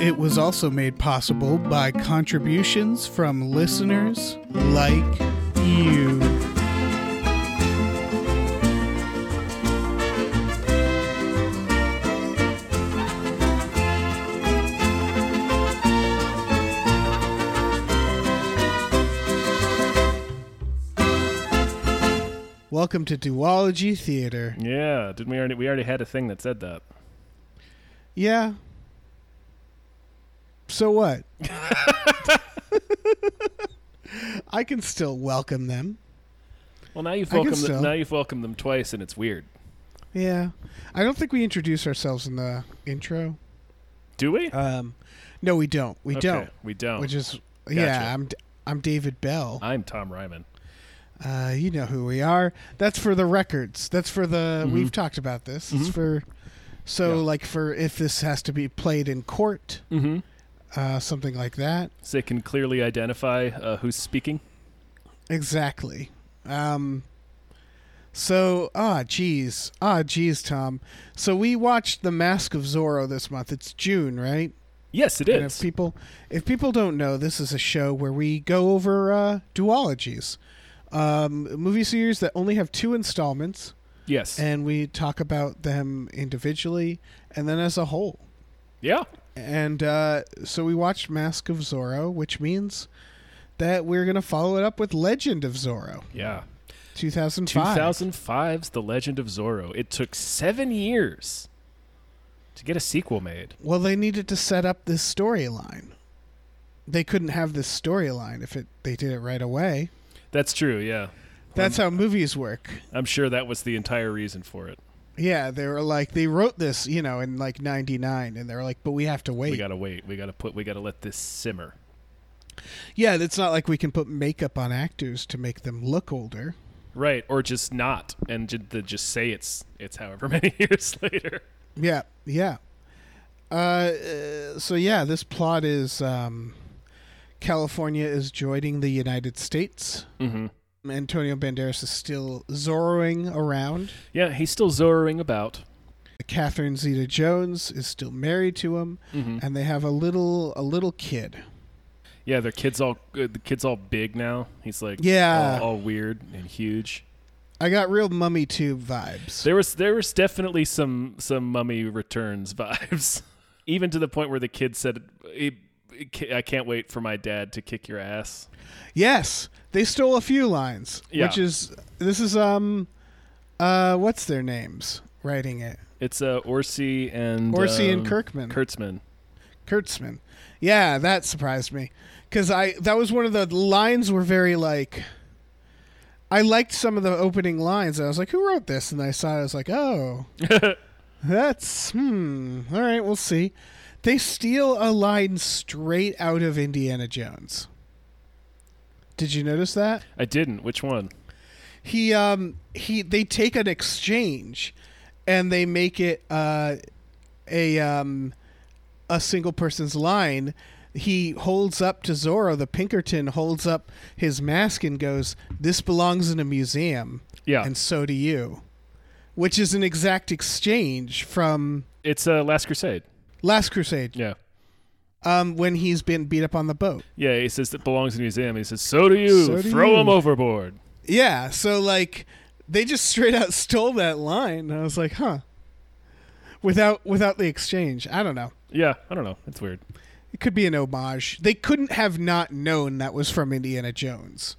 It was also made possible by contributions from listeners like you. Welcome to Duology Theater. Yeah, didn't we already we already had a thing that said that. Yeah. So what? I can still welcome them. Well now you've I guess welcomed them, so. now you've welcomed them twice and it's weird. Yeah. I don't think we introduce ourselves in the intro. Do we? Um, no, we don't. We Okay, don't. We don't. Which is Oh. Gotcha. yeah. I'm D- I'm David Bell. I'm Tom Ryman. Uh, you know who we are. That's for the records. That's for the. We've talked about this. It's for. So Mm-hmm. Yeah. like for if this has to be played in court, Mm-hmm. uh, something like that. So they can clearly identify uh, who's speaking. Exactly. Um, so, ah, geez. Ah, geez, Tom. So we watched The Mask of Zorro this month. It's June, right? Yes, it And if is. people, if people don't know, this is a show where we go over uh, duologies, um, movie series that only have two installments, Yes. and we talk about them individually and then as a whole. yeah. And uh, so we watched Mask of Zorro, which means that we're gonna follow it up with Legend of Zorro. Yeah. 2005. 2005's The Legend of Zorro. It took seven years to get a sequel made. Well, they needed to set up this storyline. They couldn't have this storyline if it they did it right away. That's true. Yeah. That's how movies work. I'm sure that was the entire reason for it. Yeah, they were like they wrote this, you know, in like 99 and they were like, "But we have to wait." We got to wait. We got to put, we got to let this simmer. yeah, it's not like we can put makeup on actors to make them look older. Right. Or just not. And ju- the- just say it's, it's however many years later. Yeah, yeah. Uh, uh, so yeah, this plot is um, California is joining the United States. Mm-hmm. Antonio Banderas is still zorroing around. Yeah. He's still Zorroing about. Catherine Zeta-Jones is still married to him, and they have a little a little kid. Yeah. Their kid's all, uh, the kid's all big now. He's like, Yeah. all, all weird and huge. I got real mummy tube vibes. There was there was definitely some some Mummy Returns vibes, even to the point where the kid said, "I I can't wait for my dad to kick your ass." Yes, they stole a few lines, Yeah. which is this is um, uh, what's their names writing it? It's uh, Orsi and Orsi and um, Kirkman. Kurtzman. Kurtzman. Yeah, that surprised me because I that was one of the lines were very like. I liked some of the opening lines. I was like, "Who wrote this?" And I saw it. I was like, "Oh, that's hmm. All right, we'll see." They steal a line straight out of Indiana Jones. Did you notice that? I didn't. Which one? he um he they take an exchange and they make it uh a um a single person's line he holds up to Zorro the Pinkerton holds up his mask and goes this belongs in a museum Yeah, and so do you which is an exact exchange from it's uh, Last Crusade. Last Crusade Yeah, um when he's been beat up on the boat yeah. He says it belongs in a museum. He says, "So do you. So do Throw you." him overboard." Yeah, so like they just straight out stole that line. I was like, huh. Without without the exchange. I don't know. Yeah, I don't know. It's weird. It could be an homage. They couldn't have not known that was from Indiana Jones.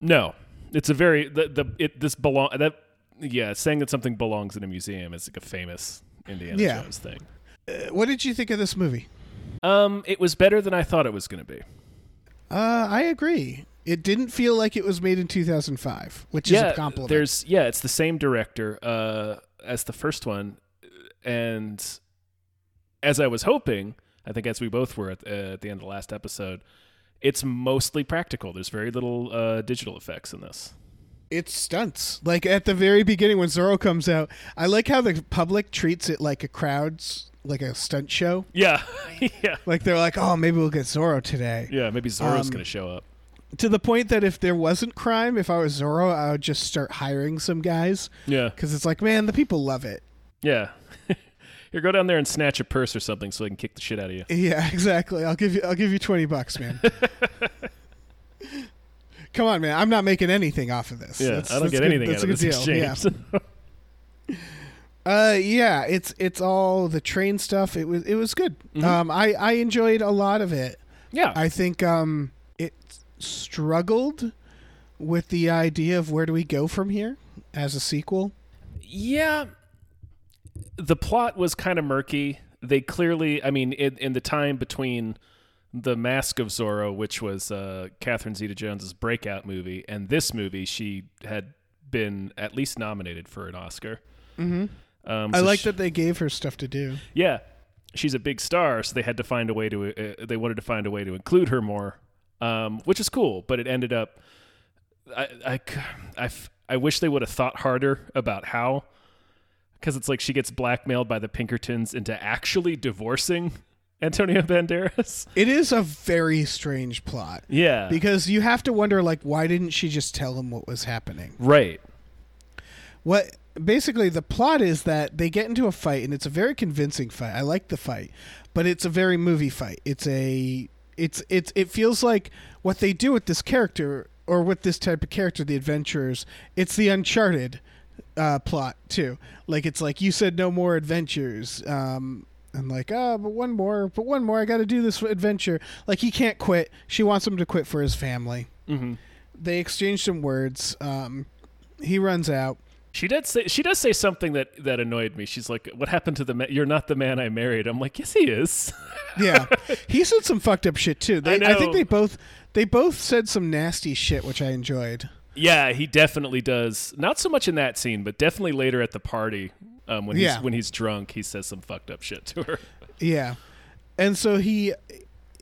No, it's a very the, the it this belong that yeah saying that something belongs in a museum is like a famous Indiana Yeah. Jones thing. Uh, What did you think of this movie? Um, it was better than I thought it was going to be. Uh, I agree. It didn't feel like it was made in 2005, which is a compliment. there's yeah, it's the same director uh, as the first one, and as I was hoping, I think as we both were at, uh, at the end of the last episode, It's mostly practical. There's very little uh, digital effects in this. It's stunts. Like at the very beginning when Zorro comes out, I like how the public treats it like a crowd's like a stunt show. Yeah, yeah, Like they're like, "Oh, maybe we'll get Zorro today." yeah. Maybe Zorro's Um, gonna show up. To the point that if there wasn't crime, if I was Zorro, I would just start hiring some guys Yeah, cuz it's like, man, the people love it. yeah. Here, go down there and snatch a purse or something so they can kick the shit out of you. Yeah, exactly. I'll give you I'll give you 20 bucks, man. Come on, man. I'm not making anything off of this. Yeah, That's- I don't that's get a good- anything out that's of a this good deal. Yeah. exchange. Uh, yeah, it's it's all the train stuff. It was it was good. Mm-hmm. Um, I I enjoyed a lot of it. Yeah, I think um, it struggled with the idea of where do we go from here as a sequel. Yeah. The plot was kind of murky. They clearly, I mean, in, in the time between The Mask of Zorro, which was uh, Catherine Zeta Jones's breakout movie, and this movie, she had been at least nominated for an Oscar. Mm-hmm. Um, I so like she- that they gave her stuff to do. Yeah. She's a big star, so they had to find a way to, uh, they wanted to find a way to include her more, um, which is cool, but it ended up, I, I c- I f- I wish they would have thought harder about how because it's like she gets blackmailed by the Pinkertons into actually divorcing Antonio Banderas. It is a very strange plot Yeah, because you have to wonder like why didn't she just tell him what was happening? right. What basically the plot is that they get into a fight and it's a very convincing fight. I like the fight, but it's a very movie fight. It's a it's it's it feels like what they do with this character or with this type of character, the adventurers. It's the Uncharted uh, plot too. Like it's like you said, no more adventures. Um, and like, ah, but one more, but one more. I got to do this adventure. Like he can't quit. She wants him to quit for his family. hmm They exchange some words. Um, he runs out. She did say she does say something that that annoyed me. She's like, "What happened to the ma- you're not the man I married?" I'm like, "Yes, he is." yeah, he said some fucked up shit too. They, I I, know. think they both they both said some nasty shit, which I enjoyed. yeah, he definitely does. Not so much in that scene, but definitely later at the party um, when Yeah. he's when he's drunk, he says some fucked up shit to her. Yeah, and so he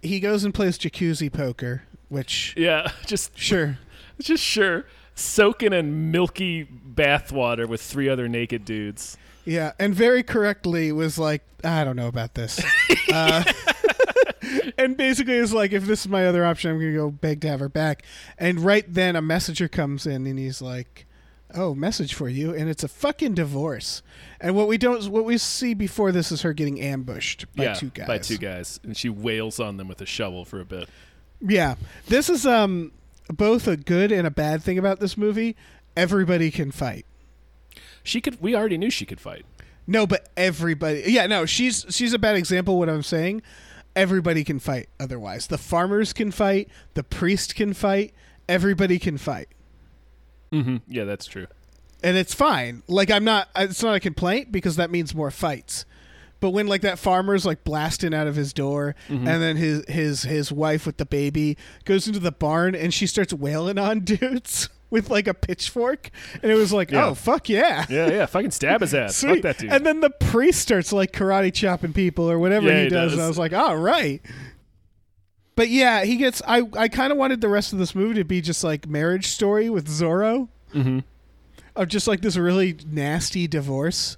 he goes and plays jacuzzi poker, which yeah, just sure, just sure soaking in milky bathwater with three other naked dudes. yeah, and very correctly was like, I don't know about this. Uh, And basically, is like, if this is my other option, I'm gonna go beg to have her back. And right then, a messenger comes in, and he's like, "Oh, message for you," and it's a fucking divorce. And what we don't, what we see before this is her getting ambushed by yeah, two guys. By two guys. And she wails on them with a shovel for a bit. Yeah, this is um both a good and a bad thing about this movie. Everybody can fight. She could we already knew she could fight. No, but everybody. Yeah, no, she's she's a bad example. of What I'm saying, everybody can fight. Otherwise, the farmers can fight, the priest can fight, everybody can fight, Mm-hmm. Yeah, that's true. and it's fine. Like I'm not. It's not a complaint because that means more fights. But when like that farmer's like blasting out of his door, and then his his his wife with the baby goes into the barn and she starts wailing on dudes with like a pitchfork, and it was like, Yeah. oh fuck yeah. Yeah, yeah. Fucking stab his ass. Fuck Sweet. that dude. And then the priest starts like karate chopping people or whatever Yeah, he, he does. does. And I was like, all right. But yeah, he gets. I, I kind of wanted the rest of this movie to be just like marriage story with Zorro. Mhm. Of just like this really nasty divorce.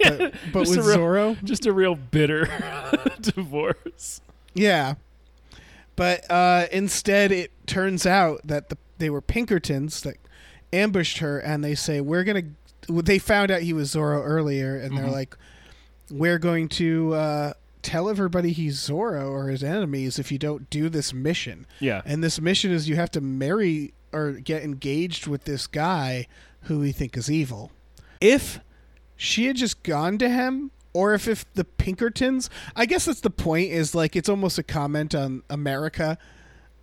But, but Just a with real- Zorro? just a real bitter divorce. Yeah. But uh, instead, it turns out that the, they were Pinkertons that ambushed her, and they say, We're going to. They found out he was Zorro earlier, and they're like, We're going to uh, tell everybody he's Zorro or his enemies if you don't do this mission. Yeah. And this mission is you have to marry or get engaged with this guy who we think is evil. If she had just gone to him, or if, if the Pinkertons, I guess that's the point, is like it's almost a comment on America,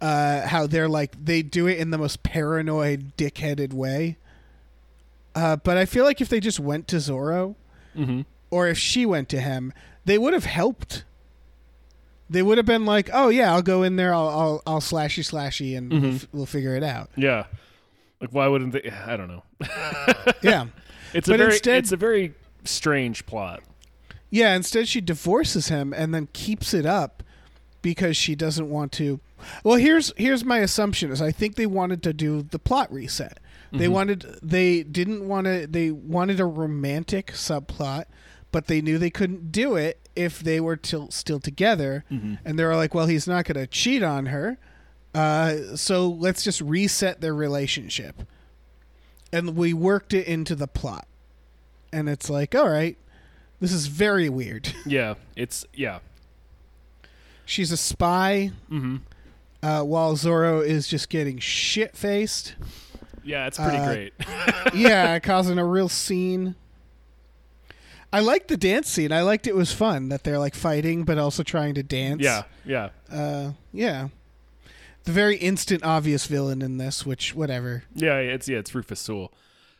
uh, how they're like, they do it in the most paranoid, dickheaded way. Uh, but I feel like if they just went to Zorro, hmm or if she went to him, they would have helped. They would have been like, "Oh yeah, I'll go in there. I'll I'll, I'll slashy slashy, and we'll, f- we'll figure it out." Yeah. Like why wouldn't they I don't know. Yeah, It's a But very instead- it's a very strange plot. yeah. Instead, she divorces him and then keeps it up because she doesn't want to Well, here's here's my assumption is I think they wanted to do the plot reset. They wanted they didn't want to they wanted a romantic subplot, but they knew they couldn't do it if they were till, still together. And they were like, well, he's not going to cheat on her. Uh, so let's just reset their relationship. And we worked it into the plot. And it's like, all right, this is very weird. Yeah, it's yeah, She's a spy. Uh, while Zorro is just getting shit faced. yeah. It's pretty Uh, great. yeah, causing a real scene. I liked the dance scene. I liked it was fun that they're like fighting but also trying to dance. yeah, yeah, Uh, yeah. The very instant obvious villain in this, which whatever. yeah. It's yeah. It's Rufus Sewell,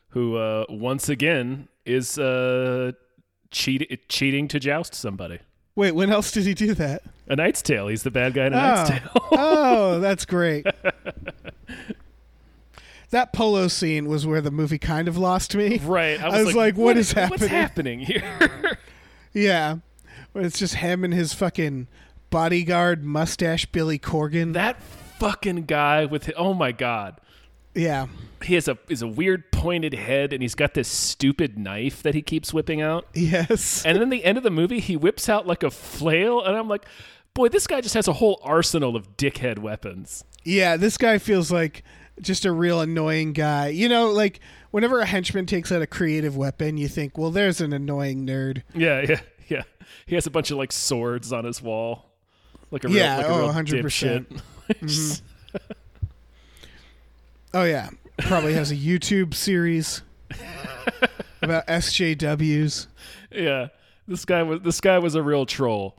who uh, once again is uh, cheat- cheating to joust somebody. Wait, when else did he do that? A Knight's Tale. He's the bad guy in A Knight's Oh. Tale. oh, that's great. That polo scene was where the movie kind of lost me. right. I was, was like, what is What's happening here? Yeah. When it's just him and his fucking bodyguard mustache Billy Corgan. that fucking guy with hi- oh my god. yeah. He has a is a weird pointed head and he's got this stupid knife that he keeps whipping out. Yes. And then the end of the movie he whips out like a flail and I'm like, boy, this guy just has a whole arsenal of dickhead weapons. Yeah, this guy feels like just a real annoying guy. You know, like whenever a henchman takes out a creative weapon, you think, well, there's an annoying nerd. Yeah, yeah, yeah. He has a bunch of like swords on his wall. Like a real, Yeah, like a oh, real 100%. dipshit. Oh, yeah. Probably has a YouTube series about SJWs. Yeah. This guy was this guy was a real troll.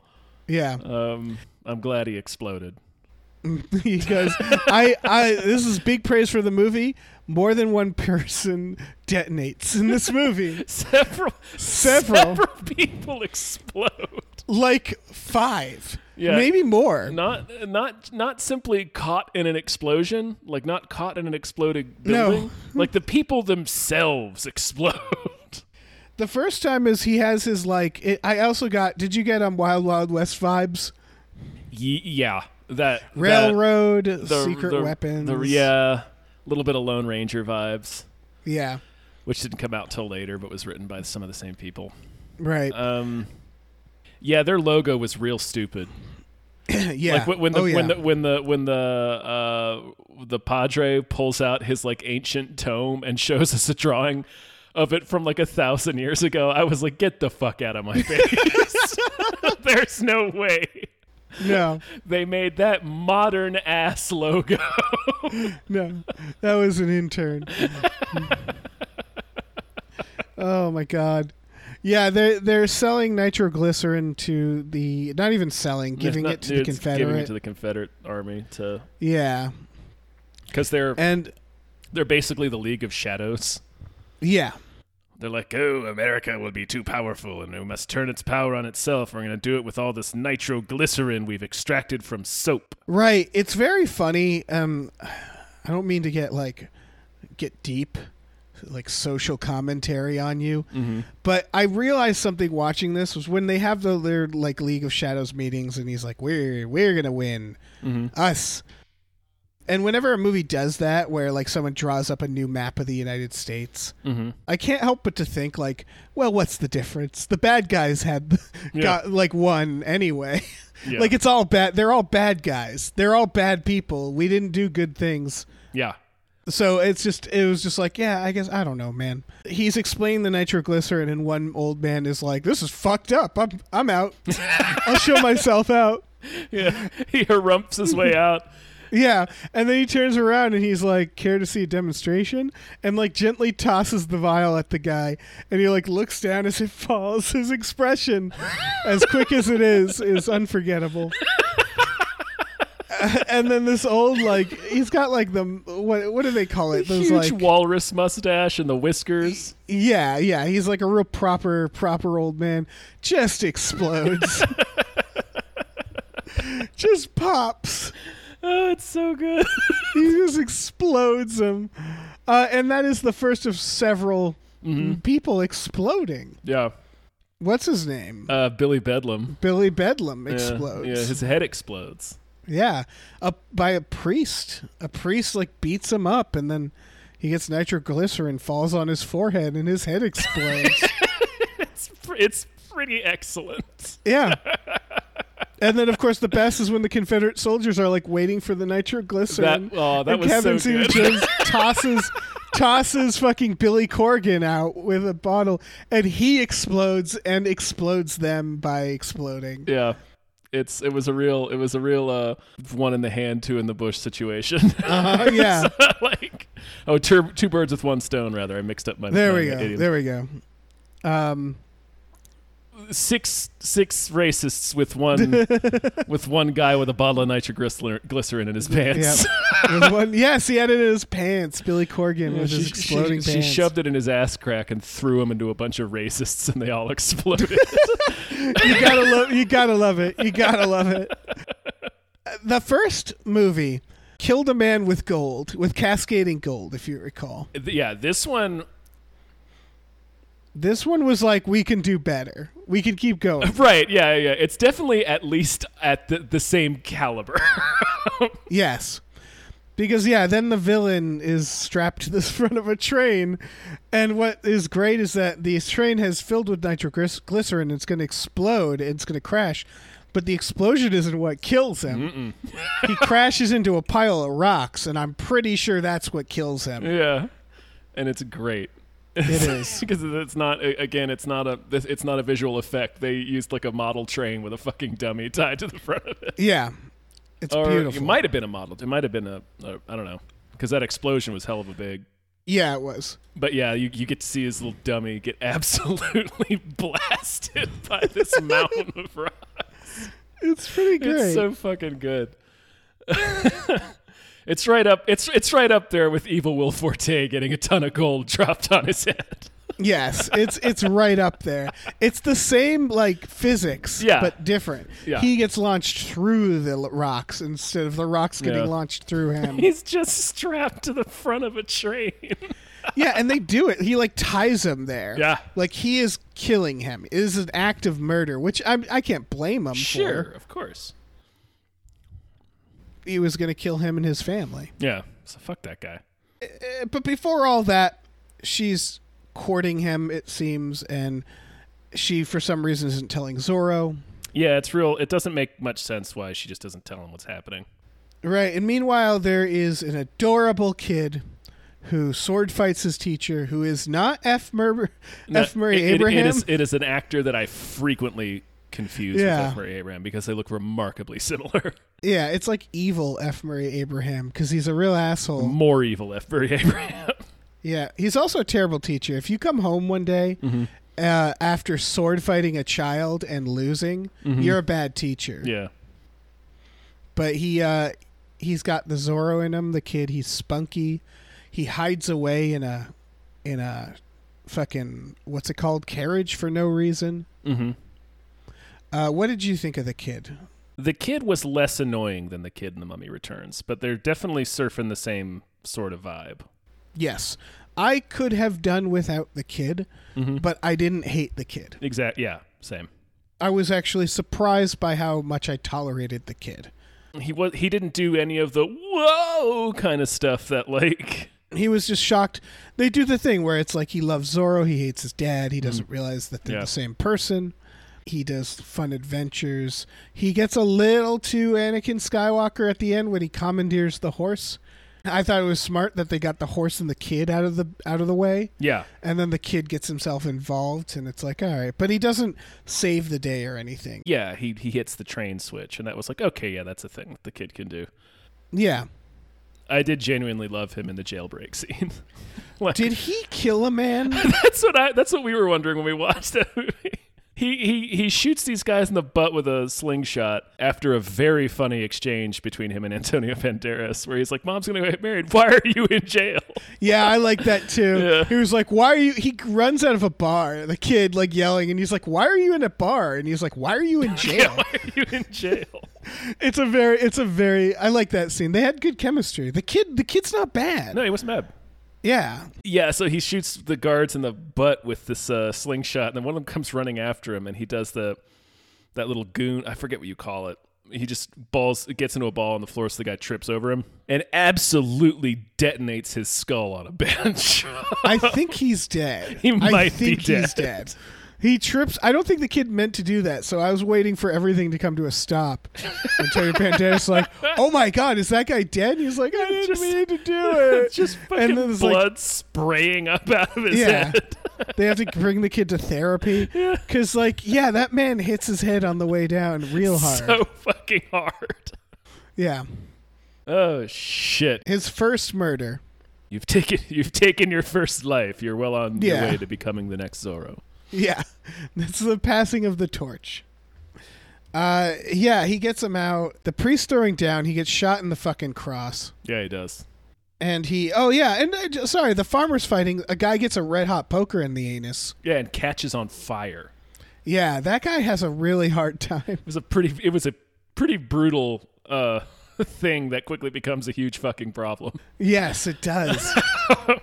Yeah. Um, I'm glad he exploded. he goes, I, I, this is big praise for the movie. More than one person detonates in this movie. Several, Several. several people explode. Like five. Yeah. Maybe more. Not, not, not simply caught in an explosion, like not caught in an exploding No. building. Like the people themselves explode. The first time is he has his like. It, I also got. Did you get um Wild Wild West vibes? Ye yeah, that that- Railroad, the- secret the- weapons. The, yeah, little bit of Lone Ranger vibes, Yeah. which didn't come out till later, but was written by some of the same people. Right. Um, yeah, their logo was real stupid. yeah. Like when, when the oh, yeah. when the when the when the uh, the padre pulls out his like ancient tome and shows us a drawing of it from like a thousand years ago, I was like, "Get the fuck out of my face!" There's no way no, they made that modern ass logo. no, that was an intern. oh my god. Yeah, they're they're selling nitroglycerin to the not even selling, giving Not- it to the it's Giving Confederate. it to the Confederate Army to yeah, because they're and they're basically the League of Shadows. yeah, They're like, oh, America will be too powerful and it must turn its power on itself. We're going to do it with all this nitroglycerin we've extracted from soap. Right. It's very funny. Um, I don't mean to get like get deep, like social commentary on you, but I realized something watching this was when they have the, their like League of Shadows meetings, and he's like, "We're we're gonna win, us." And whenever a movie does that, where like someone draws up a new map of the United States, I can't help but to think like, well, what's the difference? The bad guys had got like one anyway. Yeah. like it's all bad. They're all bad guys. They're all bad people. We didn't do good things. Yeah. So it's just it was just like, yeah, I guess I don't know, man. He's explaining the nitroglycerin and one old man is like, This is fucked up. I'm I'm out. I'll show myself out. Yeah. he harumphs his way out. Yeah. And then he turns around and he's like, Care to see a demonstration? And like gently tosses the vial at the guy and he like looks down as it falls. His expression, as quick as it is, is unforgettable. and then this old like he's got like the what what do they call it? Those Huge like walrus mustache and the whiskers. Yeah, yeah, he's like a real proper proper old man. Just explodes. Just pops. Oh, it's so good. he just explodes him. Uh, and that is the first of several Mm-hmm. people exploding. yeah. What's his name? Uh, Billy Bedlam. Billy Bedlam Yeah. explodes. Yeah. His head explodes. Yeah, up by a priest. A priest like beats him up, and then he gets nitroglycerin, falls on his forehead, and his head explodes. It's, pr- it's pretty excellent. yeah. And then, of course, the best is when the Confederate soldiers are like waiting for the nitroglycerin. That- oh, that and was Kevin so Stevens good. just tosses tosses fucking Billy Corgan out with a bottle, and he explodes and explodes them by exploding. Yeah. It's it was a real it was a real uh, one in the hand two in the bush situation. Uh, yeah. like oh two, two birds with one stone rather. I mixed up my There my we go. idioms. There we go. Um, six six racists with one with one guy with a bottle of nitroglycerin in his yeah. pants. There's one- yes, he had it in his pants. Billy Corgan with she, his exploding she- she pants. shoved it in his ass crack and threw him into a bunch of racists, and they all exploded. you gotta love. You gotta love it. You gotta love it. Uh, The first movie killed a man with gold, with cascading gold, if you recall. yeah, this one, This one was like, we can do better. We can keep going. right? Yeah, yeah. It's definitely at least at the, the same caliber. Yes. Because yeah, then the villain is strapped to the front of a train, and what is great is that the train has filled with nitroglycerin. It's going to explode. It's going to crash, but the explosion isn't what kills him. he crashes into a pile of rocks, and I'm pretty sure that's what kills him. yeah, and it's great. It is. because it's not a- again it's not a this- it's not a visual effect they used like a model train with a fucking dummy tied to the front of it Yeah, it's or beautiful. it might have been a model it might have been a, a i don't know because that explosion was hell of a big yeah, it was. but yeah you, you get to see his little dummy get absolutely blasted by this mountain of rock It's pretty great. it's so fucking good it's right up it's it's right up there with evil will forte getting a ton of gold dropped on his head Yes, it's it's right up there. It's the same like physics, Yeah. but different. Yeah. He gets launched through the l- rocks instead of the rocks getting Yeah. launched through him. he's just strapped to the front of a train yeah, and they do it. He like ties him there. Yeah. like he is killing him. It is an act of murder, which I I can't blame him Sure, for. of course. He was going to kill him and his family. Yeah. So fuck that guy. Uh, But before all that, she's courting him. It seems, and she for some reason isn't telling Zorro. Yeah, it's real. It doesn't make much sense why she just doesn't tell him what's happening. Right. And meanwhile, there is an adorable kid who sword fights his teacher, who is not F. Mur- F. Murray It- it- It Abraham. is, it is an actor that I frequently confuse Yeah. with F. Murray Abraham because they look remarkably similar. yeah, it's like evil F. Murray Abraham because he's a real asshole. More evil F. Murray Abraham. Yeah, he's also a terrible teacher. If you come home one day Mm-hmm. uh, after sword fighting a child and losing, Mm-hmm. you're a bad teacher. yeah. But he uh, he's got the Zorro in him. The kid, he's spunky. He hides away in a in a fucking what's it called carriage for no reason. Mm-hmm. Uh, what did you think of the kid? The kid was less annoying than the kid in The Mummy Returns, but they're definitely surfing the same sort of vibe. Yes, I could have done without the kid, but I didn't hate the kid. Exact. Yeah. Same. I was actually surprised by how much I tolerated the kid. He was. He didn't do any of the whoa kind of stuff that like. He was just shocked. They do the thing where it's like he loves Zorro, he hates his dad, he doesn't realize that they're Mm. Yeah. the same person. He does fun adventures. He gets a little too Anakin Skywalker at the end when he commandeers the horse. I thought it was smart that they got the horse and the kid out of the out of the way. Yeah. And then the kid gets himself involved, and it's like, all right, but he doesn't save the day or anything. yeah, he he hits the train switch, and that was like, okay, yeah, that's a thing that the kid can do. Yeah. I did genuinely love him in the jailbreak scene. like, Did he kill a man? that's what I that's what we were wondering when we watched that movie. He, he he shoots these guys in the butt with a slingshot after a very funny exchange between him and Antonio Banderas, where he's like, "Mom's gonna get married. Why are you in jail?" yeah, I like that too. Yeah. He was like, why are you? He runs out of a bar, the kid, like yelling, and he's like, why are you in a bar? And he's like, why are you in jail? Why are you in jail? it's a very, it's a very, I like that scene. They had good chemistry. The kid, the kid's not bad. No, he wasn't mad. Yeah. Yeah, so he shoots the guards in the butt with this uh, slingshot, and then one of them comes running after him, and he does the that little goon. I forget what you call it. he just balls gets into a ball on the floor, so the guy trips over him and absolutely detonates his skull on a bench. I think he's dead. He I might think be he's dead. He trips. I don't think the kid meant to do that, so I was waiting for everything to come to a stop. And Terry Pantelis like, "Oh my god, is that guy dead?" He's like, "I didn't Just- mean to do it." just fucking and then it's blood like, spraying up out of his yeah, head. they have to bring the kid to therapy because, like, yeah, that man hits his head on the way down real hard. so fucking hard. yeah, Oh shit. his first murder. You've taken you've taken your first life. You're well on your Yeah. way to becoming the next Zorro. Yeah, that's the passing of the torch. Uh, yeah, he gets him out. The priest throwing down. He gets shot in the fucking cross. Yeah, he does. And he, oh yeah, and uh, j- sorry, the farmer's fighting. A guy gets a red hot poker in the anus. Yeah, and catches on fire. Yeah, that guy has a really hard time. It was a pretty it was a pretty brutal uh thing that quickly becomes a huge fucking problem. Yes, it does.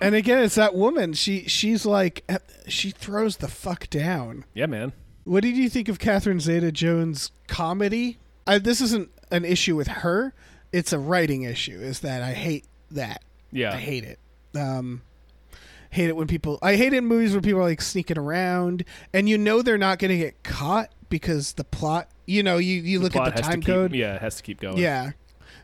and again, it's that woman. She she's like, uh, she throws the fuck down. Yeah, man. What did you think of Catherine Zeta Jones' comedy? I, this isn't an issue with her. It's a writing issue. Is that I hate that. Yeah. I hate it. Um, hate it when people. I hate it in movies where people are like sneaking around, and you know they're not going to get caught because the plot. You know, you you look Plot at the has time to code. Keep, yeah, it has to keep going. Yeah.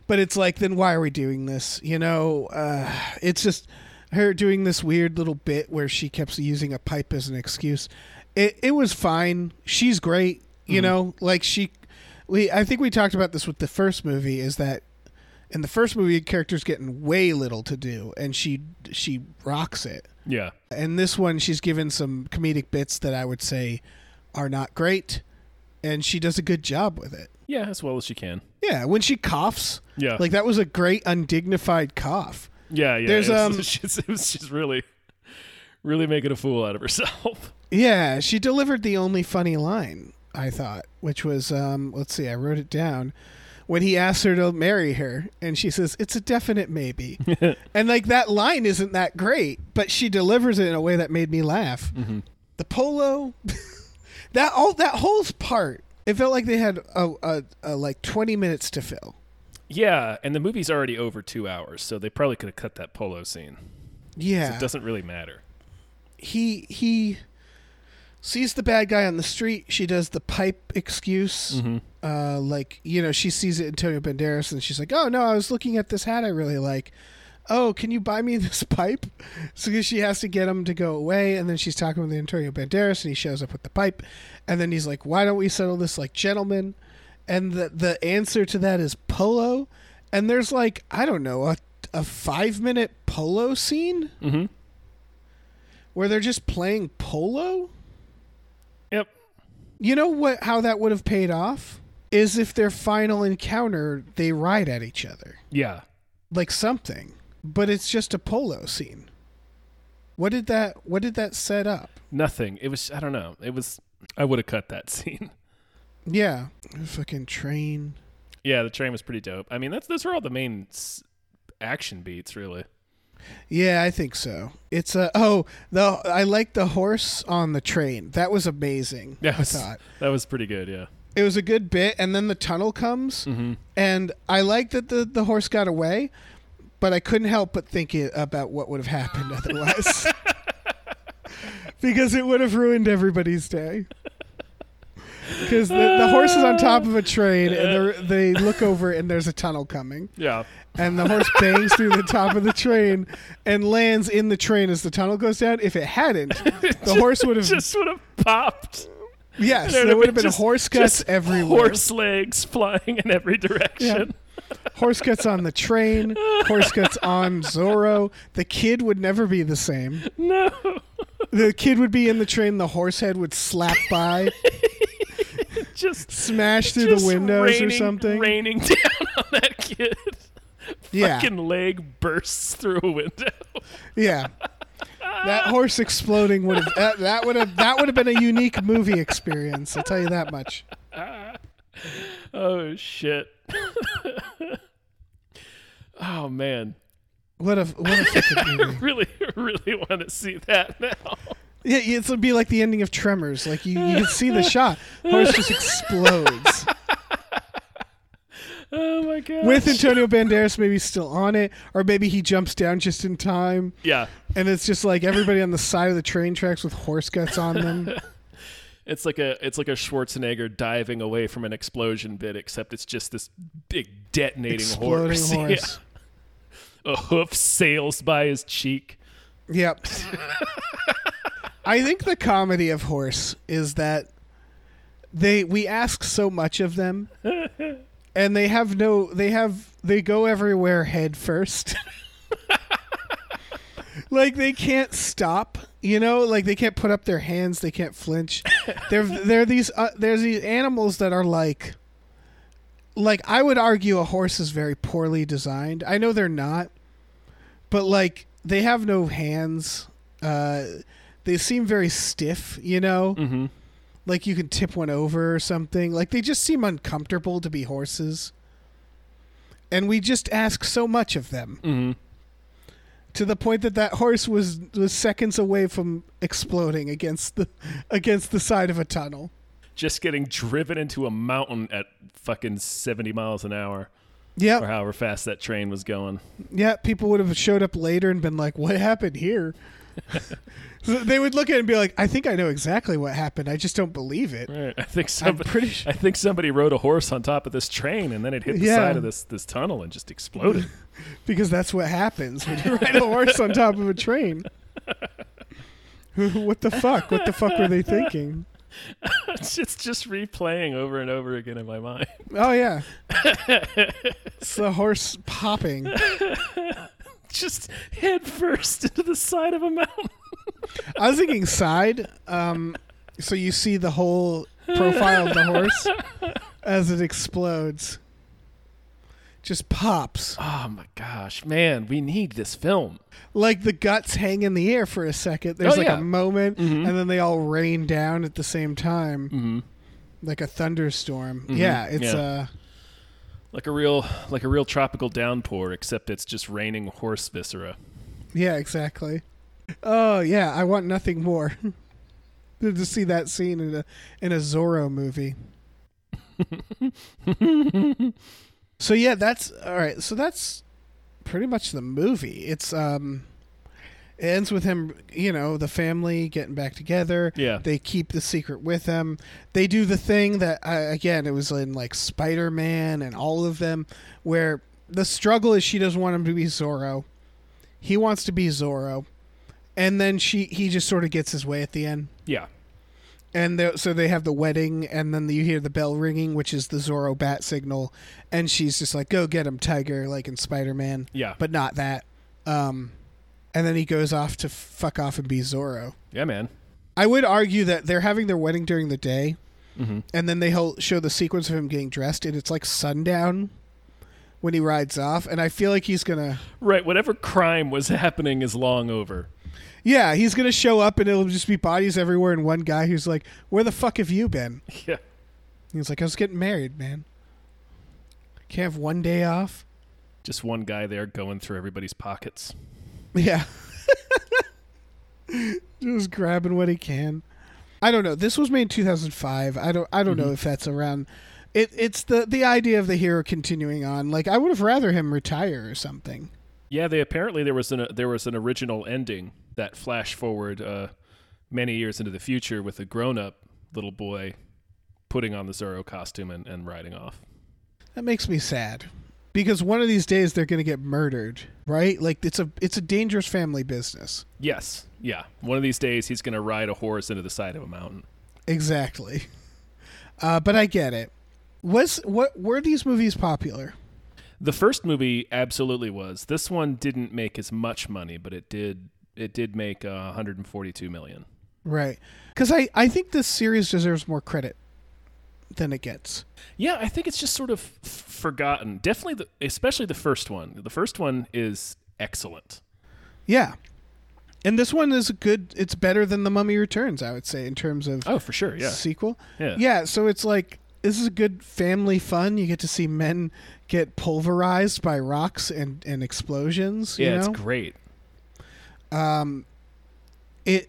But it's like, then why are we doing this? You know, uh, it's just her doing this weird little bit where she kept using a pipe as an excuse. It it was fine. She's great. You know, like she, we I think we talked about this with the first movie is that in the first movie characters getting way little to do and she she rocks it. Yeah. And this one, she's given some comedic bits that I would say are not great, and she does a good job with it. Yeah, as well as she can. Yeah, when she coughs, Yeah. like that was a great undignified cough. Yeah, yeah. There's, it was- um, she's, it was- she's really really making a fool out of herself. Yeah, she delivered the only funny line I thought, which was, um, let's see, I wrote it down. When he asked her to marry her, and she says, "It's a definite maybe," and like that line isn't that great, but she delivers it in a way that made me laugh. The polo, that all that whole part, it felt like they had a, a, a like twenty minutes to fill. Yeah, and the movie's already over 2 hours, so they probably could have cut that polo scene. Yeah, It doesn't really matter. he he sees the bad guy on the street. She does the pipe excuse, uh, like you know she sees it Antonio Banderas, and she's like, "Oh no, I was looking at this hat I really like. Oh, can you buy me this pipe?" So she has to get him to go away, and then she's talking with Antonio Banderas, and he shows up with the pipe, and then he's like, "Why don't we settle this like gentlemen?" And the the answer to that is polo, and there's like I don't know a a five minute polo scene where they're just playing polo. Yep. You know what? How that would have paid off is if their final encounter they ride at each other Yeah. like something, but it's just a polo scene. What did that? What did that set up? Nothing. It was I don't know. It was I would have cut that scene. Yeah, fucking train. Yeah, the train was pretty dope. I mean, that's those are all the main s- action beats, really. Yeah, I think so. It's a oh the I like the horse on the train. That was amazing. That was, I thought that was pretty good. Yeah, it was a good bit, and then the tunnel comes, Mm-hmm. and I like that the the horse got away, but I couldn't help but think it, about what would have happened otherwise, because it would have ruined everybody's day. Because the, the horse is on top of a train, and they're- they look over, and there's a tunnel coming yeah, and the horse bangs through the top of the train and lands in the train as the tunnel goes down. If it hadn't, the horse would have just would have popped. yes, there would have been horse guts just everywhere. Horse legs flying in every direction. Horse guts on the train, horse guts on Zorro. The kid would never be the same. No, The kid would be in the train, the horse head would slap by, just smash through just the windows raining, or something. raining down on that kid. yeah. Fucking leg bursts through a window. Yeah. That horse exploding would have that, that would have that would have been a unique movie experience. I'll tell you that much. Oh shit. oh man, What a what a fucking movie. really, really want to see that now. Yeah, yeah, it's it'll be like the ending of Tremors. Like you, you can see the shot. Horse just explodes. Oh my god. with Antonio Banderas maybe still on it, or maybe he jumps down just in time, yeah, and it's just like everybody on the side of the train tracks with horse guts on them. it's like a it's like a Schwarzenegger diving away from an explosion bit, except it's just this big detonating Exploding horse. horse. Yeah. A hoof sails by his cheek. Yep. I think the comedy of horse is that they we ask so much of them and they have no they have they go everywhere head first. like they can't stop, you know, like they can't put up their hands, they can't flinch. They're they're these uh, there's these animals that are like like I would argue a horse is very poorly designed. I know they're not, but like they have no hands. Uh, they seem very stiff, you know. Mm-hmm. Like you can tip one over or something. Like they just seem uncomfortable to be horses, and we just ask so much of them. To the point that that horse was was seconds away from exploding against the against the side of a tunnel. Just getting driven into a mountain at fucking seventy miles an hour, Yep. or however fast that train was going. Yeah, people would have showed up later and been like, "What happened here?" So they would look at it and be like, "I think I know exactly what happened. I just don't believe it." Right. I think I'm somebody, pretty sure. I think somebody rode a horse on top of this train, and then it hit the Yeah. side of this this tunnel and just exploded. because that's what happens when you ride a horse on top of a train. what the fuck? What the fuck were they thinking? it's just just replaying over and over again in my mind. Oh yeah, it's the horse popping. Just head first into the side of a mountain. I was thinking side, um, so you see the whole profile of the horse as it explodes, just pops. Oh my gosh, man, we need this film. like the guts hang in the air for a second. There's Oh, like yeah. Mm-hmm. a moment, and then they all rain down at the same time, like a thunderstorm. Yeah, it's Mm-hmm. Yeah. uh, Like a real like a real tropical downpour, except it's just raining horse viscera. yeah, exactly. Oh yeah, I want nothing more than to see that scene in a in a Zorro movie. so yeah, that's all right. So that's pretty much the movie. It's um. It ends with him, you know, the family getting back together. Yeah. They keep the secret with them. They do the thing that, uh, again, it was in like Spider Man and all of them, where the struggle is she doesn't want him to be Zorro. He wants to be Zorro. And then she he just sort of gets his way at the end. yeah. And they- so they have the wedding, and then you hear the bell ringing, which is the Zorro bat signal. And she's just like, go get him, Tiger, like in Spider Man. Yeah. But not that. Um, and then he goes off to fuck off and be Zorro. Yeah, man. I would argue that they're having their wedding during the day, and then they hel- show the sequence of him getting dressed, and it's like sundown when he rides off, and I feel like he's gonna, Right, whatever crime was happening is long over. yeah, he's gonna show up, and it'll just be bodies everywhere, and one guy who's like, "Where the fuck have you been?" Yeah. He's like, "I was getting married, man. Can't have one day off." Just one guy there going through everybody's pockets. Yeah. Just grabbing what he can. I don't know. This was made in 2005. I don't I don't know if that's around it it's the the idea of the hero continuing on. Like I would have rather him retire or something. Yeah, they apparently there was an uh, there was an original ending that flash forward uh, many years into the future with a grown up little boy putting on the Zorro costume and, and riding off. That makes me sad. Because one of these days they're going to get murdered, right? Like it's a it's a dangerous family business. Yes, yeah. One of these days he's gonna ride a horse into the side of a mountain. Exactly. Uh, but I get it. Was what were these movies popular? The first movie absolutely was. This one didn't make as much money, but it did it did make uh, 142 million. Right. Cuz I I think this series deserves more credit than it gets. Yeah, I think it's just sort of f- forgotten. Definitely, the, especially the first one. The first one is excellent. Yeah. And this one is a good it's better than The Mummy Returns, I would say, in terms of Oh, for sure. Yeah. sequel. Yeah. so it's like this is a good family fun. You get to see men get pulverized by rocks and, and explosions. you Yeah, it's know? great. it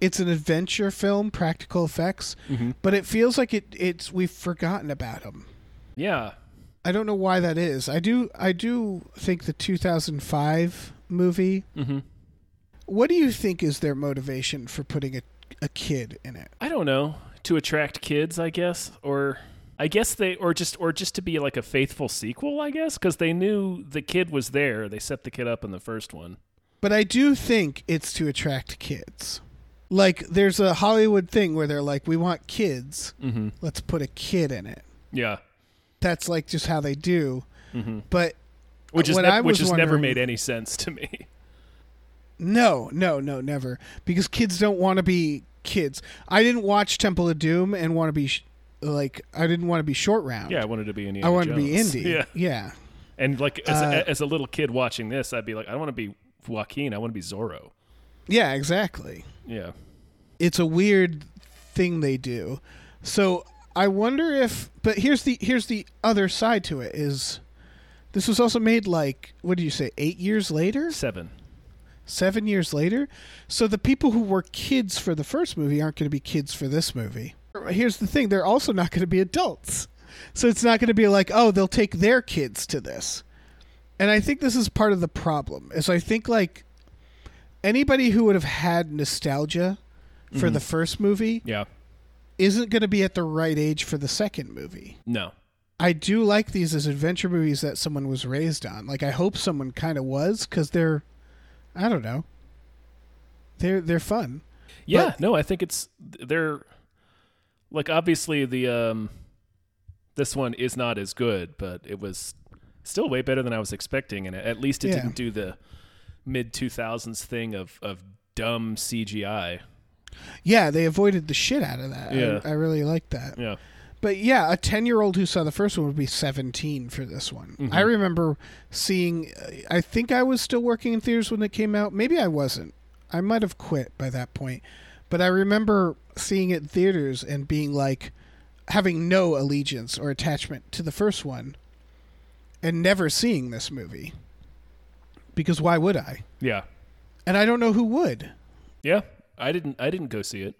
it's an adventure film, Mm-hmm. practical effects, but it feels like it it's we've forgotten about them. Yeah. I don't know why that is. I do I do think the 2005 movie. Mm-hmm. What do you think is their motivation for putting a a kid in it? I don't know to attract kids, I guess, or I guess they or just or just to be like a faithful sequel, I guess, because they knew the kid was there. They set the kid up in the first one. But I do think it's to attract kids. Like there's a Hollywood thing where they're like we want kids. Mm-hmm. Let's put a kid in it. Yeah, That's like just how they do. Mhm. But which is What ne- I which was has never wondering- made any sense to me. No, no, no, never. Because kids don't want to be kids. I didn't watch Temple of Doom and want to be sh- like I didn't want to be short round. Yeah, I wanted to be Indiana. I wanted to be Jones. indie. Yeah, yeah. and like as, Uh, a, as a little kid watching this, I'd be like, I don't want to be Joaquin. I want to be Zorro. Yeah, exactly. Yeah. It's a weird thing they do. So I wonder if but here's the here's the other side to it is this was also made like what do you say 8 years later? Seven. 7 years later. So the people who were kids for the first movie aren't going to be kids for this movie. Here's the thing, they're also not going to be adults. So it's not going to be like, "Oh, they'll take their kids to this." And I think this is part of the problem. Is I think like anybody who would have had nostalgia for the first movie Yeah. isn't going to be at the right age for the second movie. No. I do like these as adventure movies that someone was raised on. Like I hope someone kind of was because they're, I don't know. They're they're fun. Yeah, no, I think it's they're like obviously the um this one is not as good, but it was still way better than I was expecting and at least it Yeah. didn't do the mid 2000s thing of of dumb CGI. Yeah, they avoided the shit out of that. I- Yeah. I, really like that. Yeah. But yeah, a ten year old who saw the first one would be seventeen for this one. I remember seeing. uh, I think I was still working in theaters when it came out. Maybe I wasn't. I might have quit by that point. But I remember seeing it in theaters and being like, having no allegiance or attachment to the first one, and never seeing this movie. Because why would I? Yeah. And I don't know who would. Yeah. I didn't I didn't go see it.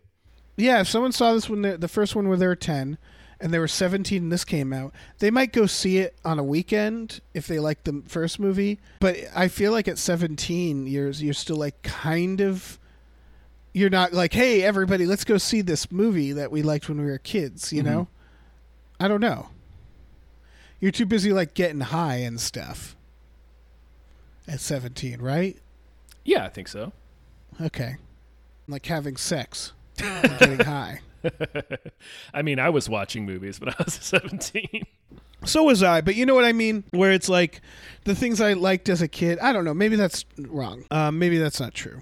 Yeah, if someone saw this one, the the first one where they were ten, and they were seventeen, and this came out, they might go see it on a weekend if they like the first movie. But I feel like at seventeen, you're you're still like kind of, you're not like, hey, everybody, let's go see this movie that we liked when we were kids. You know, I don't know. You're too busy like getting high and stuff. At seventeen, right? Yeah, I think so. Okay, like having sex, and getting high. I mean, I was watching movies when I was 17. So was I, but you know what I mean? Where it's like the things I liked as a kid. I don't know. Maybe that's wrong. Uh, maybe that's not true.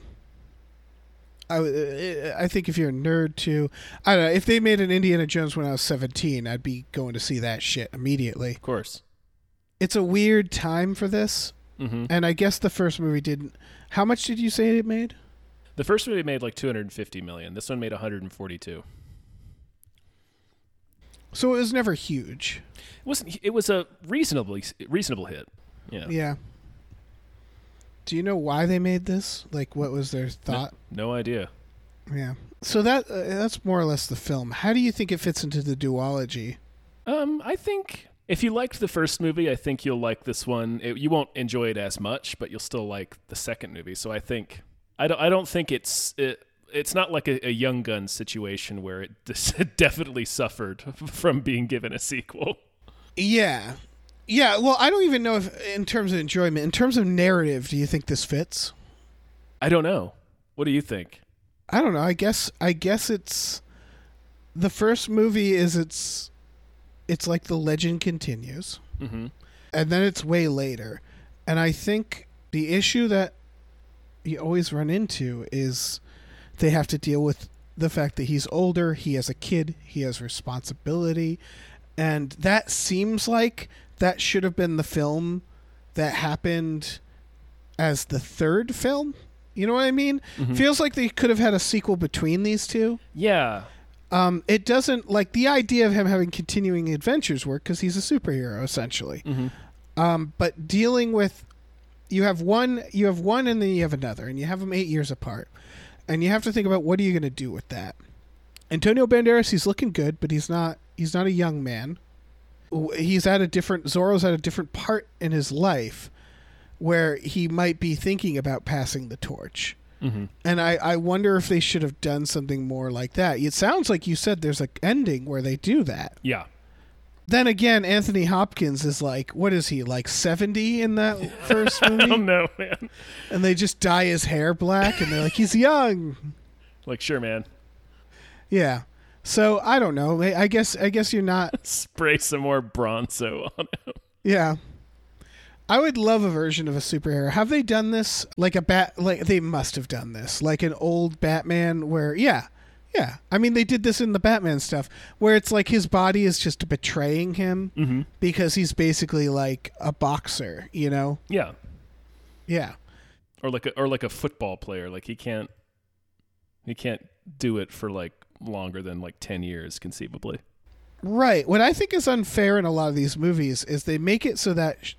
I, uh, I think if you're a nerd too, I don't know. If they made an Indiana Jones when I was 17, I'd be going to see that shit immediately. Of course. It's a weird time for this, Mhm. and I guess the first movie didn't. How much did you say it made? The first movie made like 250 million. This one made 142. So it was never huge. It wasn't it was a reasonably reasonable hit. Yeah. Yeah. Do you know why they made this? Like, what was their thought? No idea. Yeah. So that uh, that's more or less the film. How do you think it fits into the duology? Um, I think if you liked the first movie, I think you'll like this one. It, you won't enjoy it as much, but you'll still like the second movie. So I think I don't. I don't think it's it, it's not like a, a Young Gun situation where it dis- definitely suffered from being given a sequel. Yeah. Yeah, well, I don't even know if in terms of enjoyment, in terms of narrative, do you think this fits? I don't know. What do you think? I don't know. I guess I guess it's the first movie is it's it's like the legend continues. Mm-hmm. and then it's way later. And I think the issue that you always run into is they have to deal with the fact that he's older, he has a kid, he has responsibility, and that seems like that should have been the film that happened as the third film. You know what I mean? Feels like they could have had a sequel between these two. Yeah. Um, it doesn't like the idea of him having continuing adventures work because he's a superhero essentially. Mm-hmm. Um, but dealing with you have one, you have one, and then you have another, and you have them eight years apart, and you have to think about what are you going to do with that. Antonio Banderas, he's looking good, but he's not he's not a young man. w- he's at a different Zorro's at a different part in his life where he might be thinking about passing the torch. And I, I wonder if they should have done something more like that. It sounds like you said there's an ending where they do that. Yeah. Then again, Anthony Hopkins is like, what is he, like 70 in that first I movie? don't know, Oh, man. and they just dye his hair black and they're like, he's young. Like, sure, man. Yeah. So I don't know. I I guess I guess you're not Spray some more Bronzo on him. Yeah. I would love a version of a superhero. Have they done this? Like a bat like they must have done this. Like an old Batman where yeah. Yeah. I mean they did this in the Batman stuff where it's like his body is just betraying him because he's basically like a boxer, you know? Yeah. Yeah. Or like a or like a football player. Like he can't he can't do it for like longer than like ten years, conceivably. Right. What I think is unfair in a lot of these movies is they make it so that sh-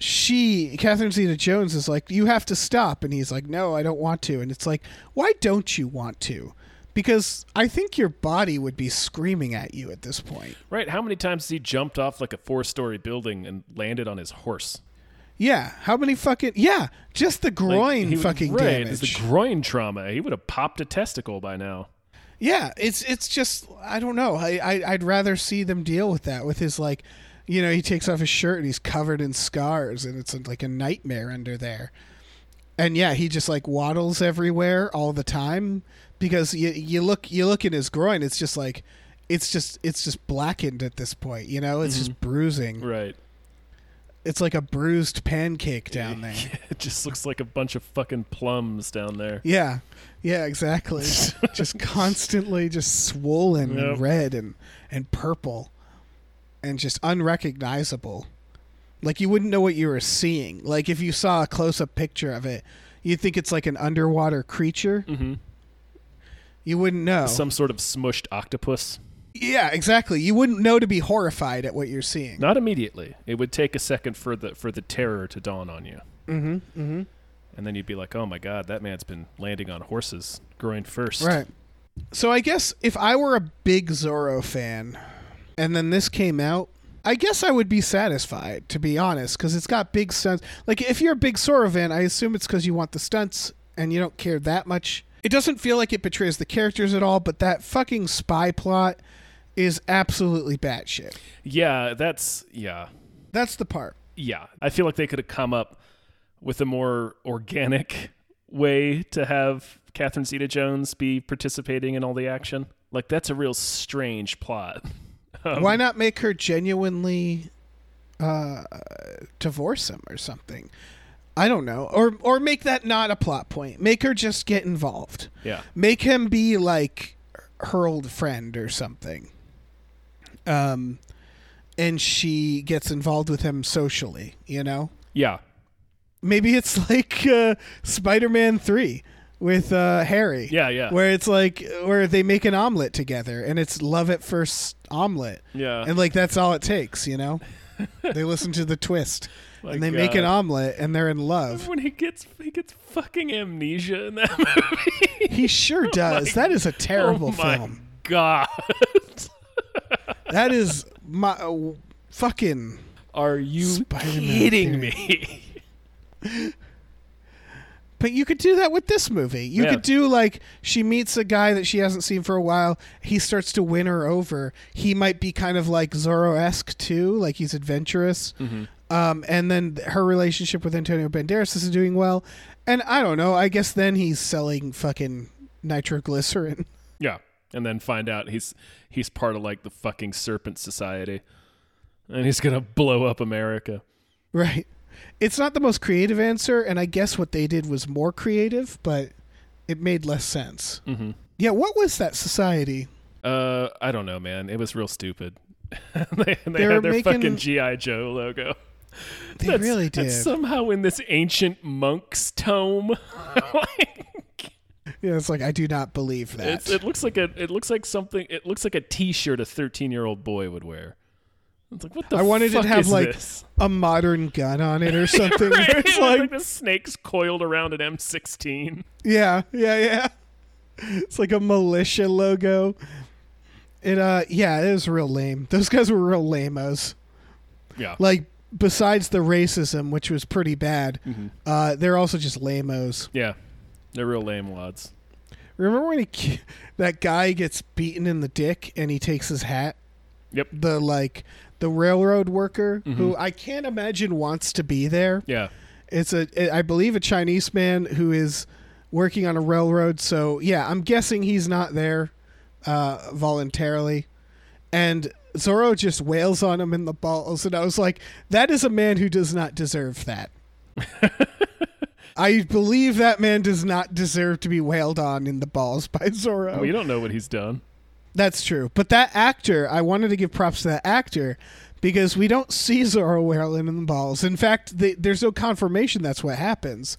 she, Catherine Zeta Jones, is like, you have to stop. And he's like, no, I don't want to. And it's like, why don't you want to? Because I think your body would be screaming at you at this point. Right. How many times has he jumped off like a four story building and landed on his horse? Yeah. How many fucking. Yeah. Just the Like, groin he would- fucking right, damage. It's the groin trauma. He would have popped a testicle by now. Yeah, it's it's just I don't know. I, I I'd rather see them deal with that with his like, you know, he takes off his shirt and he's covered in scars and it's like a nightmare under there. And yeah, he just like waddles everywhere all the time because you you look you look in his groin, it's just like it's just it's just blackened at this point, you know? It's just bruising. Right. It's like a bruised pancake down there. It just looks like a bunch of fucking plums down there. Yeah. Yeah, exactly. just constantly just swollen Yep. and red and, and purple and just unrecognizable. Like you wouldn't know what you were seeing. Like if you saw a close up picture of it, you'd think it's like an underwater creature. Mm-hmm. You wouldn't know. Some sort of smushed octopus. yeah, exactly. You wouldn't know to be horrified at what you're seeing. Not immediately. It would take a second for the for the terror to dawn on you. Mm-hmm. Mm-hmm. And then you'd be like, "Oh my god, that man's been landing on horses, groin first. Right. So I guess if I were a big Zorro fan and then this came out, I guess I would be satisfied, to be honest, because it's got big stunts. Like, if you're a big Zorro fan, I assume it's because you want the stunts and you don't care that much. It doesn't feel like it betrays the characters at all, but that fucking spy plot is absolutely batshit. Yeah, that's yeah, That's the part. yeah. I feel like they could have come up with a more organic way to have Catherine Zeta-Jones be participating in all the action. Like that's a real strange plot. Um, Why not make her genuinely uh, divorce him or something? I don't know. Or or make that not a plot point. Make her just get involved. Yeah. Make him be like her old friend or something. Um and she gets involved with him socially, you know? Yeah. Maybe it's like uh, Spider-Man 3 with uh, Harry. Yeah, yeah. Where it's like where they make an omelet together and it's love at first omelet. Yeah. And like that's all it takes, you know? they listen to the twist. My and they make an God. omelet and they're in love. when he gets he gets fucking amnesia in that movie. He sure does. that is a terrible oh my film. god. That is my uh, fucking Are you Spider-Man kidding theory. me? But you could do that with this movie. You Yeah. could do like she meets a guy that she hasn't seen for a while. He starts to win her over. He might be kind of like Zorro esque too, like he's adventurous. Mm-hmm. Um, and then her relationship with Antonio Banderas is doing well. And I don't know. I guess then he's selling fucking nitroglycerin. Yeah, and then find out he's he's part of like the fucking serpent society, and he's gonna blow up America. Right. It's not the most creative answer, and I guess what they did was more creative, but it made less sense. Mm-hmm. Yeah, what was that society? Uh, I don't know, man. It was real stupid. they they, were had their making- fucking GI Joe logo. They really did. That's somehow in this ancient monk's tome. Like, yeah, it's like I do not believe that. it's, it looks like a it looks like something. It looks like a T-shirt a thirteen-year-old boy would wear. It's like what the I wanted it fuck to have is like this? a modern gun on it or something. Right? It's like, the snakes coiled around an M sixteen. yeah, yeah, yeah. It's like a militia logo. It uh yeah, it was real lame. Those guys were real lamos. Yeah. Like besides the racism, which was pretty bad, Mm-hmm. uh, they're also just lamos. Yeah. They're real lame lads. Remember when he, ki- that guy gets beaten in the dick and he takes his hat? Yep. The like the railroad worker Mm-hmm. who I can't imagine wants to be there. Yeah. It's a I believe a Chinese man who is working on a railroad. So yeah, I'm guessing he's not there uh, voluntarily. And Zorro just wails on him in the balls, and I was like, that is a man who does not deserve that. I believe that man does not deserve to be wailed on in the balls by Zorro. Well, you don't know what he's done. That's true. But that actor, I wanted to give props to that actor because we don't see Zorro Whalen in the balls. In fact, they, there's no confirmation that's what happens.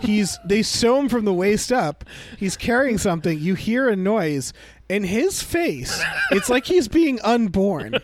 He's they sew him from the waist up. He's carrying something. You hear a noise, and his face, it's like he's being unborn.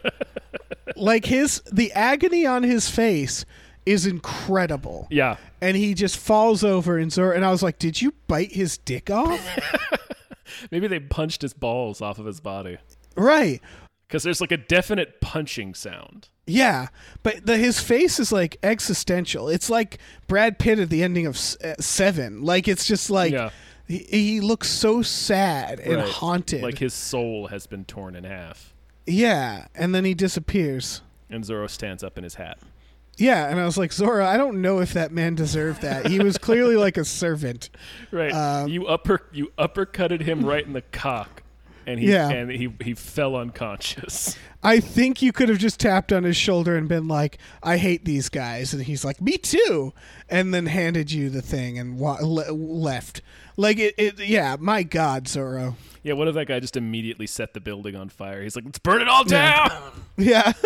Like his the agony on his face is incredible. Yeah. And he just falls over and Zorro and I was like, "Did you bite his dick off?" Maybe they punched his balls off of his body. right. Because there's like a definite punching sound. Yeah, but the, his face is like existential. It's like Brad Pitt at the ending of S- uh, Seven. Like it's just like Yeah. he, he looks so sad and Right. haunted. Like his soul has been torn in half. yeah, and then he disappears. And Zoro stands up in his hat. Yeah, and I was like, Zora, I don't know if that man deserved that. He was clearly like a servant. Right. Um, you upper you uppercutted him right in the cock. And he Yeah. and he, he fell unconscious. I think you could have just tapped on his shoulder and been like, "I hate these guys," and he's like, "Me too," and then handed you the thing and wa- le- left. Like it, it, yeah. My God, Zorro. Yeah, what if that guy just immediately set the building on fire? He's like, let's burn it all down. Yeah.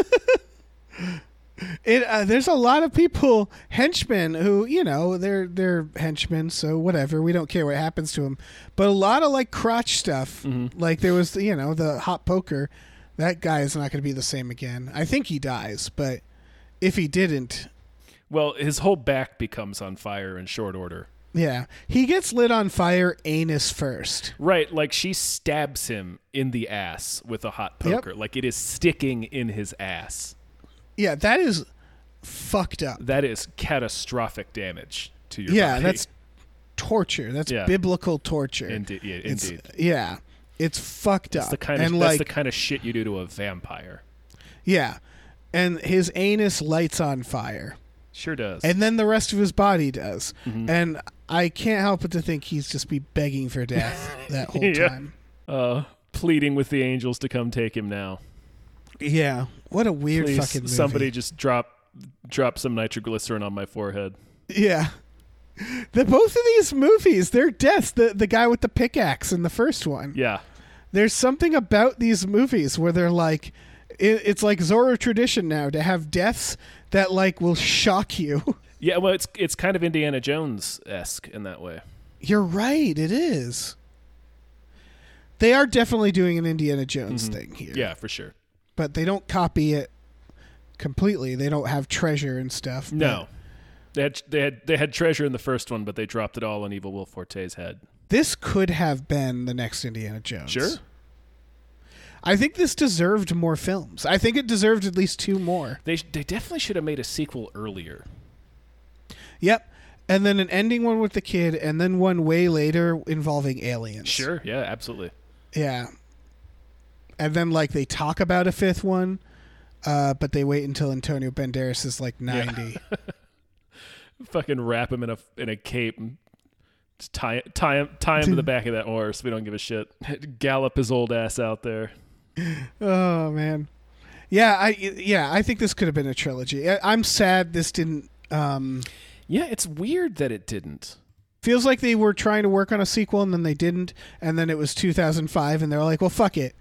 it uh, there's a lot of people henchmen who you know they're they're henchmen so whatever we don't care what happens to them but a lot of like crotch stuff Mm-hmm. like there was you know the hot poker that guy is not going to be the same again i think he dies but if he didn't Well, his whole back becomes on fire in short order. yeah he gets lit on fire anus first Right, like she stabs him in the ass with a hot Yep. poker. Like it is sticking in his ass. yeah that is fucked up That is catastrophic damage to your yeah body. that's torture that's Yeah. biblical torture indeed. Yeah, It's- indeed. yeah, it's fucked That's up. the kind of and that's like the kind of shit you do to a vampire. yeah, and his anus lights on fire, Sure does. and then the rest of his body does. Mm-hmm. And I can't help but to think he's just be begging for death that whole Yeah. time. uh, pleading with the angels to come take him now. Yeah, what a weird Please, fucking movie. somebody just drop drop some nitroglycerin on my forehead. Yeah. The both of these movies, their deaths, the the guy with the pickaxe in the first one. Yeah. There's something about these movies where they're like it, it's like Zorro tradition now to have deaths that like will shock you. Yeah, well it's it's kind of Indiana Jones esque in that way. You're right. It is. They are definitely doing an Indiana Jones thing here. Mm-hmm. Yeah, for sure. But they don't copy it completely. They don't have treasure and stuff. No. They had they had they had treasure in the first one, but they dropped it all on Evil Will Forte's head. But This could have been the next Indiana Jones. Sure. I think this deserved more films. I think it deserved at least two more. They they definitely should have made a sequel earlier. Yep. And then an ending one with the kid, and then one way later involving aliens. Sure. Yeah, absolutely. Yeah. And then like they talk about a fifth one, uh, but they wait until Antonio Banderas is like ninety. Fucking wrap him in a in a cape and just tie tie him tie him to the back of that horse. We don't give a shit. Gallop his old ass out there. oh man, yeah, I yeah, I think this could have been a trilogy. I, I'm sad this didn't. Um, Yeah, it's weird that it didn't. feels like they were trying to work on a sequel and then they didn't, and then it was 2005, and they're like, well, fuck it.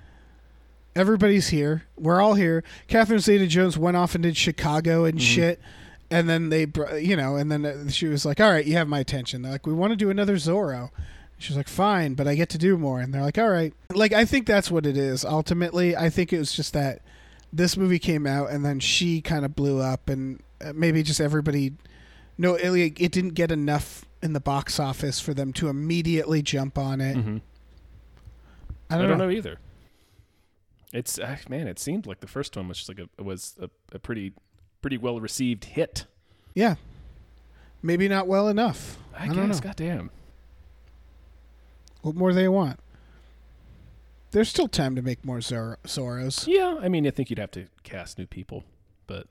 Everybody's here. We're all here. Catherine Zeta-Jones went off and did Chicago and shit. And then they, br- you know, and then uh, she was like, "All right, you have my attention." They're like, "We want to do another Zorro." She's like, "Fine, but I get to do more." And they're like, "All right." Like, I think that's what it is. Ultimately, I think it was just that this movie came out, and then she kind of blew up, and uh, maybe just everybody. No, it, like, it didn't get enough in the box office for them to immediately jump on it. I I don't, don't, know. know either. It's uh, man, it seemed like the first one was just like a was a, a pretty pretty well received hit. Yeah. Maybe not well enough. I, I, don't know. guess, goddamn. What more they want? There's still time to make more Zor- Zoros. Yeah, I mean, I think you'd have to cast new people, but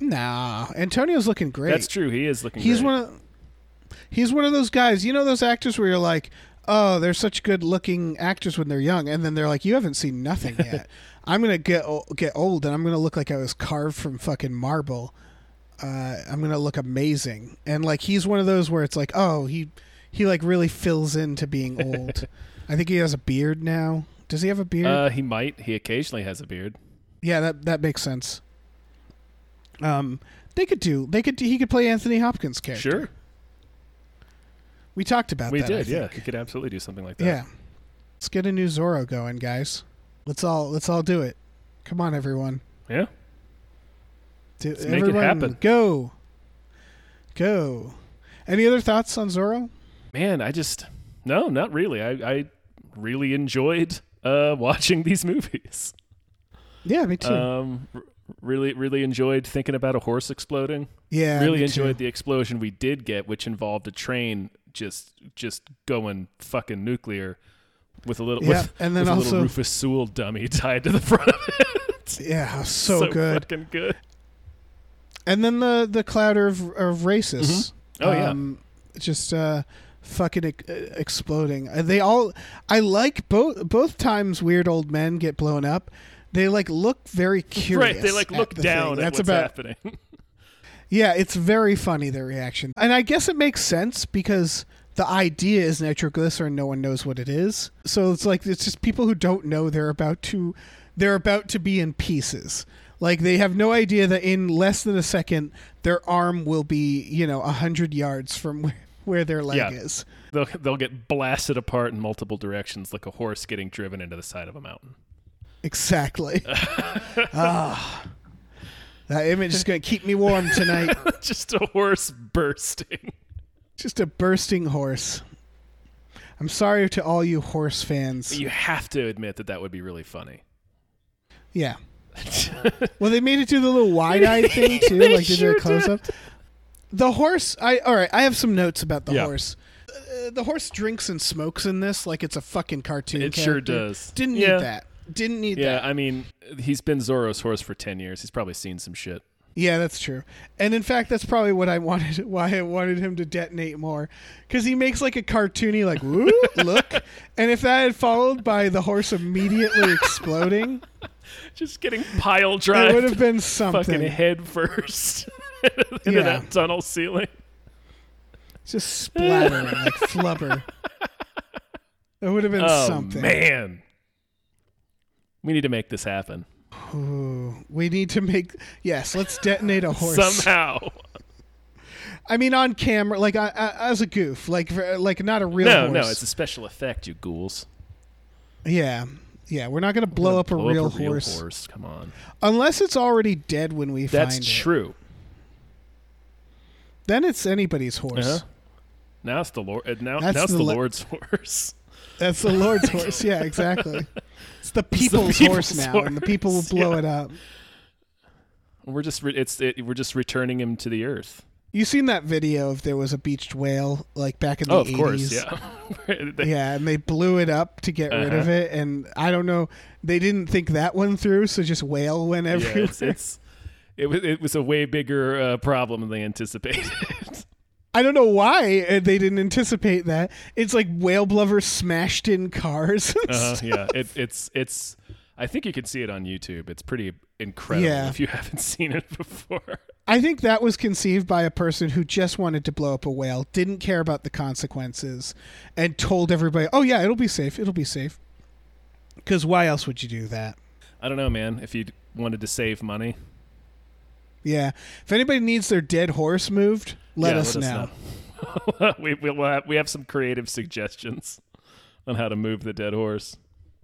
Nah, Antonio's looking great. that's true. He is looking. He's great. one of he's one of those guys. You know those actors where you're like, oh, they're such good looking actors when they're young, and then they're like, you haven't seen nothing yet. I'm gonna get o- get old, and I'm gonna look like I was carved from fucking marble. Uh, I'm gonna look amazing, and like he's one of those where it's like, oh, he he like really fills into being old. I think he has a beard now. Does he have a beard? Uh, he might. He occasionally has a beard. Yeah, that that makes sense. Um, they could do. They could. He could play Anthony Hopkins' character. Sure, We talked about we that. I did. Yeah, think. he could absolutely do something like that. Yeah. Let's get a new Zorro going, guys. Let's all let's all do it. Come on, everyone. yeah. Do, make it everyone, happen. Go. Go. Any other thoughts on Zorro? Man, I just no, not really. I I really enjoyed uh watching these movies. Yeah, me too. Um, r- really, really enjoyed thinking about a horse exploding. yeah, really me enjoyed Too. the explosion we did get, which involved a train just just going fucking nuclear with a little Yeah, with, and then with a also- little Rufus Sewell dummy tied to the front of it. Yeah, so, good. fucking good. And then the the clouder of, of racists. Oh, yeah. yeah, just uh, fucking e- exploding. Uh, They all. I like both both times. Weird old men get blown up. They like look very curious. right, they like at look the down at thing. That's what's about happening. Yeah, it's very funny their reaction, and I guess it makes sense because the idea is nitroglycerin. No one knows what it is, so it's like it's just people who don't know they're about to they're about to be in pieces. Like they have no idea that in less than a second their arm will be you know a hundred yards from where, where their leg Yeah. is. they'll they'll get blasted apart in multiple directions like a horse getting driven into the side of a mountain. Exactly. Ah. That image is going to keep me warm tonight. just a horse bursting. Just a bursting horse. I'm sorry to all you horse fans. You have to admit that that would be really funny. Yeah. Well, they made it do the little wide-eyed thing too, They like they sure did a close-up. The horse. I all right. I have some notes about the Yeah. horse. Uh, the horse drinks and smokes in this like it's a fucking cartoon. It sure character. does. Didn't Yeah. need that. Didn't need Yeah, that. I mean, he's been Zorro's horse for 10 years. He's probably seen some shit. Yeah, that's true. And in fact, that's probably what I wanted. Why I wanted him to detonate more, because he makes like a cartoony like woo look, and if that had followed by the horse immediately exploding, Just getting pile it would drive have fucking been something. head first into Yeah. that tunnel ceiling. just splattering like flubber. It would have been Oh, something. man. We need to make this happen Ooh, we need to make yes. Let's detonate a horse. somehow. I mean, on camera, like I, I, as a goof, like for- like not a real No, horse. no, it's a special effect, you ghouls. yeah, yeah. We're not gonna blow up a Blow real, up a real horse. horse. Come on. unless it's already dead when we That's find it. true. Then it's anybody's horse. Uh-huh. Now it's the Lord. uh, Now, That's now it's the the le- Lord's horse. That's the Lord's horse. Yeah, exactly. It's the people's, horse people's now, and the horse, people will blow yeah. it up. We're just re- it's it, we're just returning him to the earth. You seen that video of there was a beached whale like back in the Oh, of 80s? course, yeah. They- yeah, and they blew it up to get rid of Uh-huh. it. And I don't know, they didn't think that one through, so just whale went yeah, everywhere. it's, it's it was it was a way bigger uh, problem than they anticipated. I don't know why uh, they didn't anticipate that. It's like whale blubber smashed in cars. uh, yeah, it, it's it's. I think you can see it on YouTube. It's pretty incredible Yeah. if you haven't seen it before. I think that was conceived by a person who just wanted to blow up a whale, didn't care about the consequences, and told everybody, "Oh yeah, it'll be safe. It'll be safe." Because why else would you do that? I don't know, man. If you wanted to save money, Yeah. If anybody needs their dead horse moved, let, yeah, us, know. know. we we'll have, we have some creative suggestions on how to move the dead horse.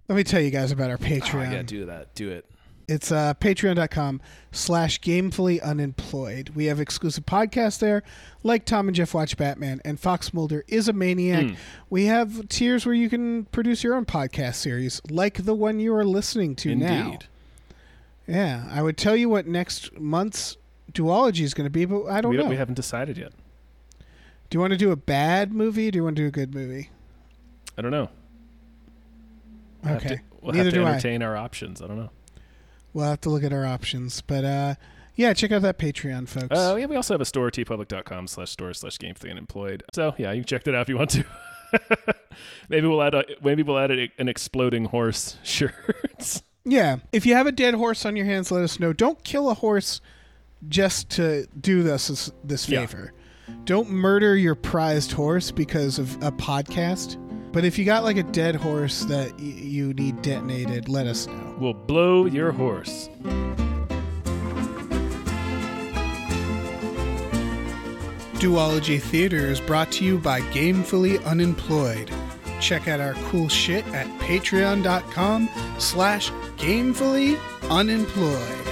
Let me tell you guys about our Oh, Patreon. do that. Do it. It's uh, patreon.com slash gamefully unemployed. We have exclusive podcasts there, like Tom and Jeff Watch Batman and Fox Mulder is a Maniac. Hmm. We have tiers where you can produce your own podcast series, like the one you are listening to now. Indeed. Yeah, I would tell you what next month's duology is going to be, but I don't We, know. we haven't decided yet. do you want to do a bad movie? Or do you want to do a good movie? I don't know. We'll have Okay, to- we'll neither have to do I. entertain our options. I don't know. We'll have to look at our options, but uh, yeah, check out that Patreon, folks. Uh, yeah, we also have a store, tpublic.com slash store slash gamefully unemployed. So yeah, you can check that out if you want to. maybe we'll add a, maybe we'll add a, an exploding horse shirt. yeah, if you have a dead horse on your hands, let us know. Don't kill a horse just to do this this Yeah. favor. Don't murder your prized horse because of a podcast. But if you got like a dead horse that y- you need detonated, let us know. we'll blow your horse. Duology Theater is brought to you by Gamefully Unemployed. Check out our cool shit at patreon.com slash gamefully unemployed.